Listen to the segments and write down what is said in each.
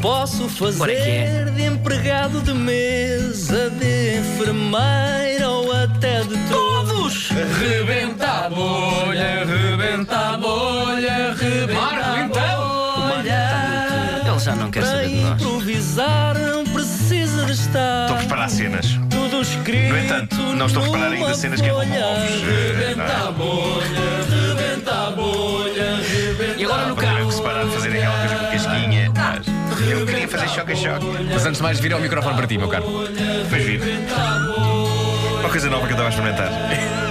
Posso fazer Agora é que é. de empregado de mesa, de enfermeira ou até de todos. Rebenta a bolha, rebenta a bolha, rebenta Marco, então. a bolha. Ele já não quer Para saber de nós. Então, improvisar não precisa estar Estou a preparar cenas. tudo escrito. No entanto, não estou a preparar ainda numa é cenas que envolvam folha. ovos. Eh, não é? Rebenta a bolha, rebenta a bolha, rebenta E agora no Tiveram carro. que se parar de fazer aquela coisa com casquinha. Mas eu queria fazer choca-choque. Mas antes de mais, vira o microfone para ti, meu caro. Depois vir. Uma coisa nova que eu estava a experimentar.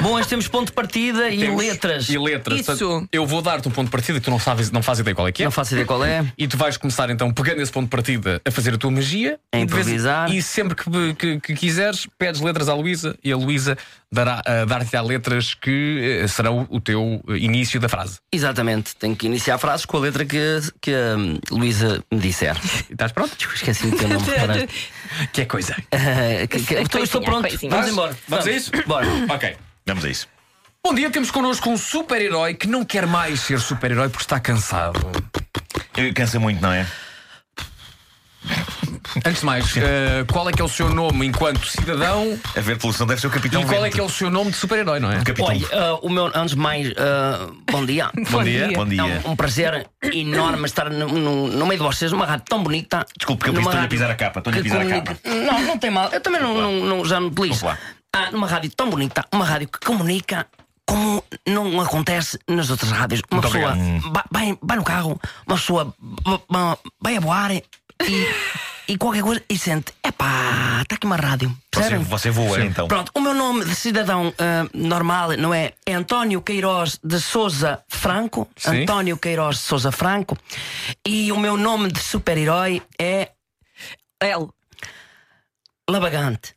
Bom, hoje temos ponto de partida e Temos- letras. E letras. Isso. Portanto, Eu vou dar-te um ponto de partida que tu não sabes, não fazes ideia qual é que é. Não faço ideia qual é. E tu vais começar então, pegando esse ponto de partida, a fazer a tua magia, A E de vez- improvisar. E sempre que, que- que quiseres, pedes letras à Luísa e a Luísa dará, a dar-te á letras que eh, serão o teu eh, início da frase. Exatamente, tenho que iniciar frases com a letra que, que a hum, Luísa me disser. E Estás pronto? Esqueci me que eu não me reparei. Que é coisa. Ah, que- que- Então eu estou Coisinha, pronto, coisinha. vamos Vais? embora. Vamos a isso? Bora. ok. Vamos a isso. Bom dia, temos connosco um super-herói que não quer mais ser super-herói porque está cansado. Eh, Cansa muito, não é? Antes de mais, eh, qual é que é o seu nome enquanto cidadão A ver poluição deve ser o Capitão e qual é Vento. que é o seu nome de super-herói, não é? Capitão Olha, ah, o meu, antes de mais, ah, bom dia. Bom dia. Bom dia. É um, um prazer enorme estar no, no- no meio de vocês, numa rádio tão bonita. Desculpe, que eu Numa estou-lhe a rádio pisar a capa, estou-lhe a que pisar a comunica- capa. Não, não tem mal. Eu também não, não- não- já não utilizo. Vamos lá. Ah, numa rádio tão bonita, uma rádio que comunica como não acontece nas outras rádios. Uma Muito pessoa vai, vai- vai no carro, uma pessoa va- va- vai a voar e, e qualquer coisa e sente: epá, está aqui uma rádio. Você, Percebem? você voa então. Pronto, o meu nome de cidadão ah, normal, não é? É António Queiroz de Souza Franco. Sim. António Queiroz de Souza Franco. E o meu nome de super-herói é L. Labagante.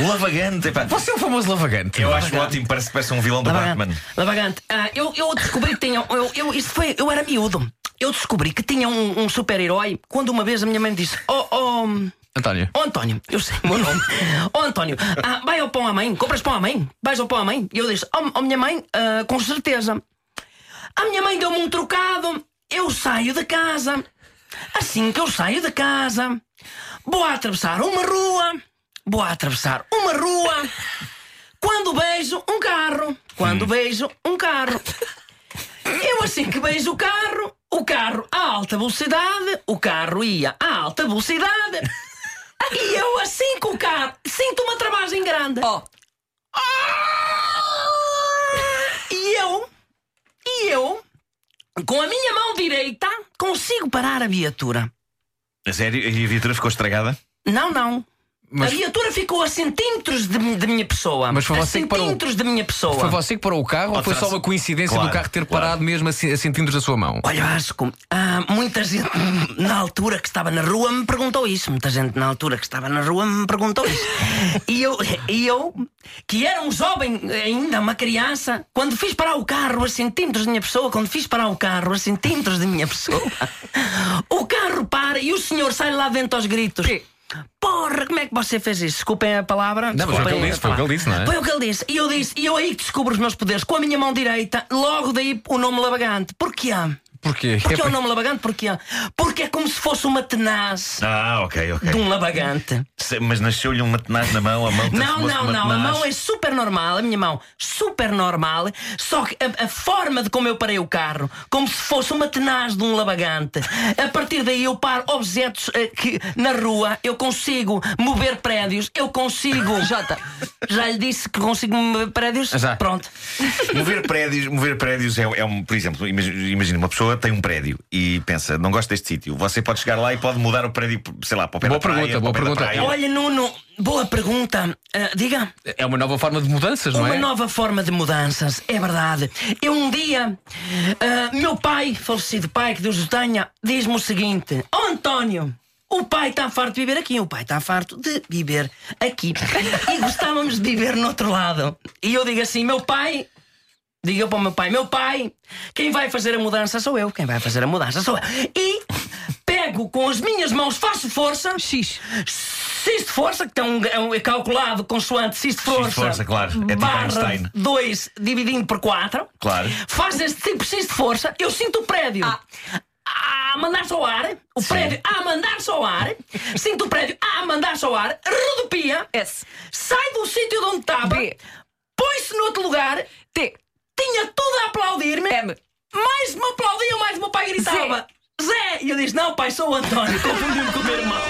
Lavagante, epá. Você é o famoso lavagante. Eu acho ótimo, parece, parece um vilão do Batman. Lavagante. Lavagante. Ah, eu, eu descobri que tinha. Eu, eu, isto foi, eu era miúdo. Eu descobri que tinha um, um super-herói quando uma vez a minha mãe me disse: Oh, oh, António. Ó António, eu sei o meu nome. Ó António, ah, vai ao pão à mãe, compras pão à mãe, vais ao pão à mãe. E eu disse, ó ó, minha mãe, ah, com certeza. A minha mãe deu-me um trocado, eu saio de casa. Assim que eu saio de casa, vou atravessar uma rua, vou atravessar uma rua. Quando beijo um carro, quando beijo um carro. Eu assim que beijo o carro, o carro a alta velocidade, o carro ia a alta velocidade. E eu assim com o carro sinto uma travagem grande. Ó. E eu, e eu, com a minha mão direita, consigo parar a viatura. A sério, e a viatura ficou estragada? Não, não. Mas- a viatura ficou a centímetros de, mi- de minha pessoa. Mas foi a você que parou. centímetros de minha pessoa. Foi você que parou o carro ou foi será só uma se- coincidência Claro, do carro ter claro. parado mesmo a, ce- a centímetros da sua mão? Olha, Vasco, há muita gente na altura que estava na rua me perguntou isso. Muita gente na altura que estava na rua me perguntou isso. E eu, e eu que era um jovem, ainda uma criança, quando fiz parar o carro a centímetros de minha pessoa, quando fiz parar o carro a centímetros de minha pessoa, o carro para e o senhor sai lá dentro aos gritos. Porra, como é que você fez isso? Desculpem a palavra. Não, mas foi o que ele desculpem a disse, foi o que ele disse, não é? palavra. Foi o que ele disse. E eu disse, e eu aí que descubro os meus poderes com a minha mão direita, logo daí o nome Labagante. Porquê? Porquê? Porquê É o nome Labagante? Porquê? Porque é como se fosse uma tenaz Ah, ok, ok. de um Labagante. Se- Mas nasceu-lhe um matenaz na mão, a mão Não, transformou-se não, numa não. A tenaz. mão é super normal, a minha mão super normal. Só que a, a forma de como eu parei o carro, como se fosse uma tenaz de um labagante. A partir daí eu paro objetos eh, que na rua eu consigo mover prédios, eu consigo. Jota, já lhe disse que consigo mover prédios? Já. Pronto. Mover prédios, mover prédios é, é um, por exemplo, imagi- imagina uma pessoa tem um prédio e pensa, não gosto deste sítio. Você pode chegar lá e pode mudar o prédio, sei lá, para o pé Boa da praia, para o pergunta, boa pé da pergunta. praia. Olha, Nuno, boa pergunta. Ah, diga. É uma nova forma de mudanças, não Uma é? nova forma de mudanças, é verdade. Eu um dia, ah, meu pai, falecido pai, que Deus o tenha, diz-me o seguinte: Ó António, o pai está farto de viver aqui, o pai está farto de viver aqui. e gostávamos de viver no outro lado. E eu digo assim: meu pai. Digo eu para o meu pai: meu pai, quem vai fazer a mudança sou eu, quem vai fazer a mudança sou eu. E pego com as minhas mãos, faço força. X. Cis de força, que tem um, é um- é calculado consoante cis de força. força, claro. É tipo barra Einstein. 2 dividido por 4. Claro. Faz este tipo cis de força, eu sinto o prédio. Ah. mandar-se ao ar, o prédio a mandar-se ao ar, sinto o prédio a mandar-se ao ar, rodopia, S. sai do sítio de onde estava, B. põe-se noutro lugar, T. tinha tudo a aplaudir-me, M. mais me aplaudiam, mais o meu pai gritava: Zé! E eu disse: Não, pai, sou o António, confundi-me com o meu irmão.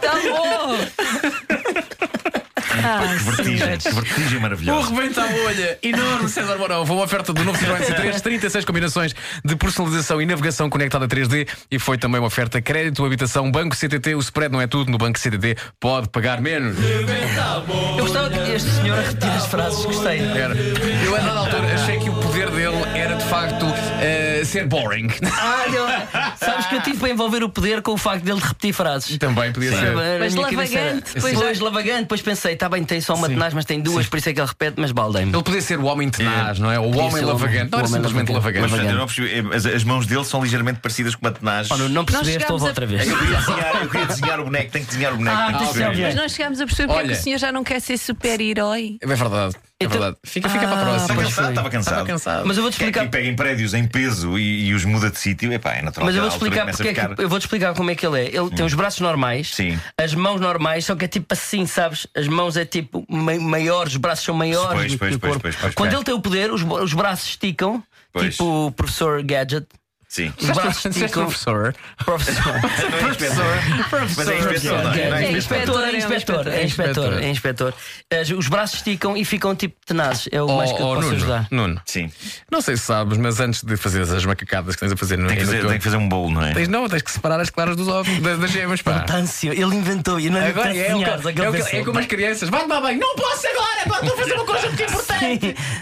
Tá bom. Que vertigem, que vertigem O maravilhosa. rebenta a bolha! Enorme, César Mourão. Foi uma oferta do novo Citroën C3, 36 combinações de personalização e navegação conectada 3D e foi também uma oferta crédito, habitação, banco CTT. O spread não é tudo, no banco CTT pode pagar menos. Eu gostava que este senhor a repetir as frases, gostei. Era. Eu, a dada altura, achei que o poder dele era de facto eh, ser boring. Ah, eu- sabes que eu tive para envolver o poder com o facto dele repetir frases. Também podia ser. Era a Mas minha cabeça era- assim. lavagante, Pois, é. depois já- lavagante, depois pensei, está bem, tem só uma tenaz, mas tem duas, por isso é que ele repete, mas baldem-me. Ele podia ser o homem tenaz, não é? O Podia homem ser o lavagante. Não homem era lavagante. simplesmente lavagante. Mas portanto, eu não percebi, as, as mãos dele são ligeiramente parecidas com uma tenagem. Oh, não- não percebeste, chegámos houve a- outra vez. Eu queria, desenhar, eu queria desenhar o boneco, tenho que desenhar o boneco. Ah, tenho que atenção, perceber. Mas nós chegámos a perceber porque é Olha. que o senhor já não quer ser super-herói. É verdade. É Então- verdade. Fica, fica para a Ah, Estava próxima. cansado, estava Estava cansado. cansado. Mas eu vou-te Quem, explicar. quem É, pega em prédios em peso e, e os muda de sítio, epá, é natural. Mas que eu à vou-te altura explicar comece porque é a que, ficar- eu vou-te explicar como é que ele é. Ele tem os braços normais, Sim. as mãos normais, só que é tipo assim, sabes? As mãos é tipo mai- maiores, os braços são maiores Pois, do pois, que o pois, corpo. pois, pois, Quando pois. ele tem o poder, os, bo- os braços esticam, Pois. tipo o professor Gadget. Sim. Os braços esticam. professor. Professor. Não é inspetor. Mas é inspetor, não é? Não é É inspetor, é inspetor. inspetor, é inspetor, é inspetor. As- Os braços esticam e ficam tipo tenazes. É o mais que eu posso Oh, Nuno, ajudar. Nuno, Sim. não sei se sabes, mas antes de fazer as macacadas que tens a fazer no Tem que, no fazer, teu- tem que fazer um bolo, não é? Tens, não, tens que separar as claras dos ovos, das, das gemas, pá. Está ansioso. Ele inventou e não Agora é, o, desenhares ca- é, o, ca- é pensou. como as crianças. Vai tomar banho. Não posso agora, pá, estou a fazer uma coisa muito importante. Sim.